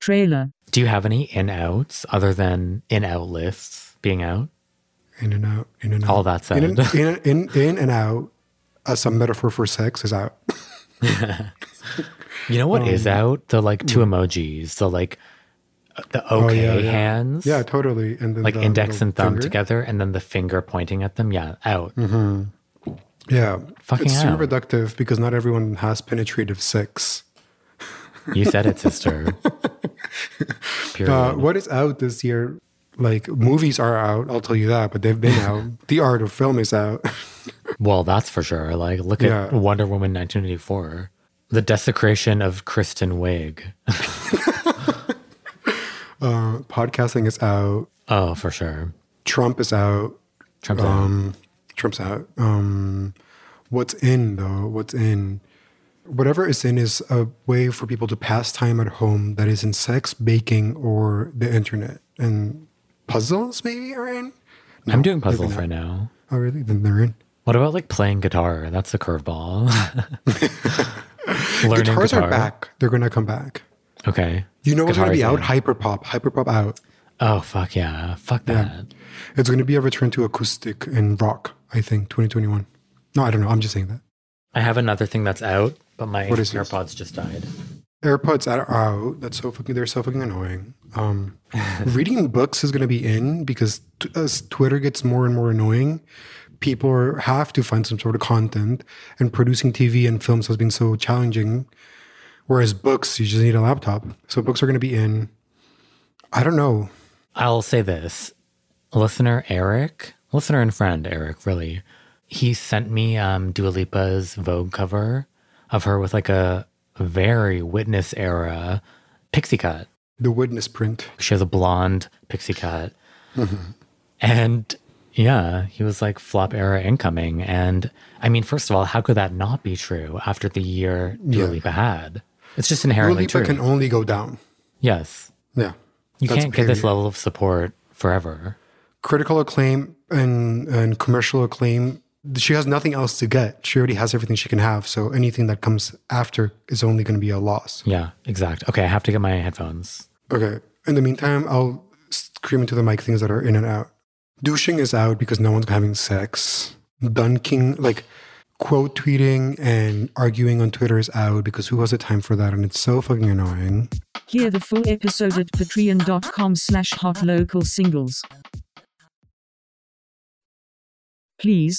trailer. Do you have any in outs other than in out lists being out? In and out, in and out. All that in and, said. in, in, in and out, as a metaphor for sex, is out. You know what is Um, out? The like two emojis, the like uh, the okay hmm. Oh, yeah, yeah. hands. Yeah, totally. And then Like the index little and thumb finger. Mm-hmm. together and then the finger pointing at them. Yeah, out. Yeah, Fucking it's super out. reductive because not everyone has penetrative sex. You said it, sister. Period. Uh, what is out this year? Like movies are out, I'll tell you that, but they've been out. the art of film is out. Well, that's for sure. Like, look Yeah. at Wonder Woman 1984, the desecration of Kristen Wiig. Uh, podcasting is out. Oh, for sure. Trump is out. Trump's out. Um, Trump's out. Um, what's in though? What's in? Whatever is in is a way for people to pass time at home that isn't sex, baking, or the internet. And puzzles maybe are in. I'm doing puzzles not. right now. Oh really? Then they're in. What about like playing guitar? That's a curveball. Learning Guitars guitar. are back. They're gonna come back. Okay. You know what's Guitar gonna be is out? in. Hyperpop. Hyperpop out. Oh fuck yeah! Fuck that. It's gonna be a return to acoustic and rock. I think 2021. No, I don't know. I'm just saying that. I have another thing that's out, but my What is this? AirPods just died. AirPods are out. That's so fucking. They're so fucking annoying. Um, reading books is going to be in because t- as Twitter gets more and more annoying, people are, have to find some sort of content. And producing TV and films has been so challenging. Whereas books, you just need a laptop. So books are going to be in. I don't know. I'll say this. Listener Eric, listener and friend Eric, really, he sent me um, Dua Lipa's Vogue cover of her with like a very witness era pixie cut. The witness print. She has a blonde pixie cut. and yeah, he was like flop era incoming. And I mean, first of all, how could that not be true after the year Dua Yeah. Lipa had? It's just Dua inherently Lipa true. can only go down. yes. Yeah. You That's can't get this period. level of support forever. critical acclaim and and commercial acclaim she has nothing else to get she already has everything she can have so anything that comes after is only going to be a loss Yeah, exact. Okay, I have to get my headphones. okay in the meantime i'll scream into the mic things that are in and out douching is out because no one's having sex dunking like quote tweeting and arguing on twitter is out because who has the time for that and it's so fucking annoying Hear the full episode at patreon.com slash hot local singles. Please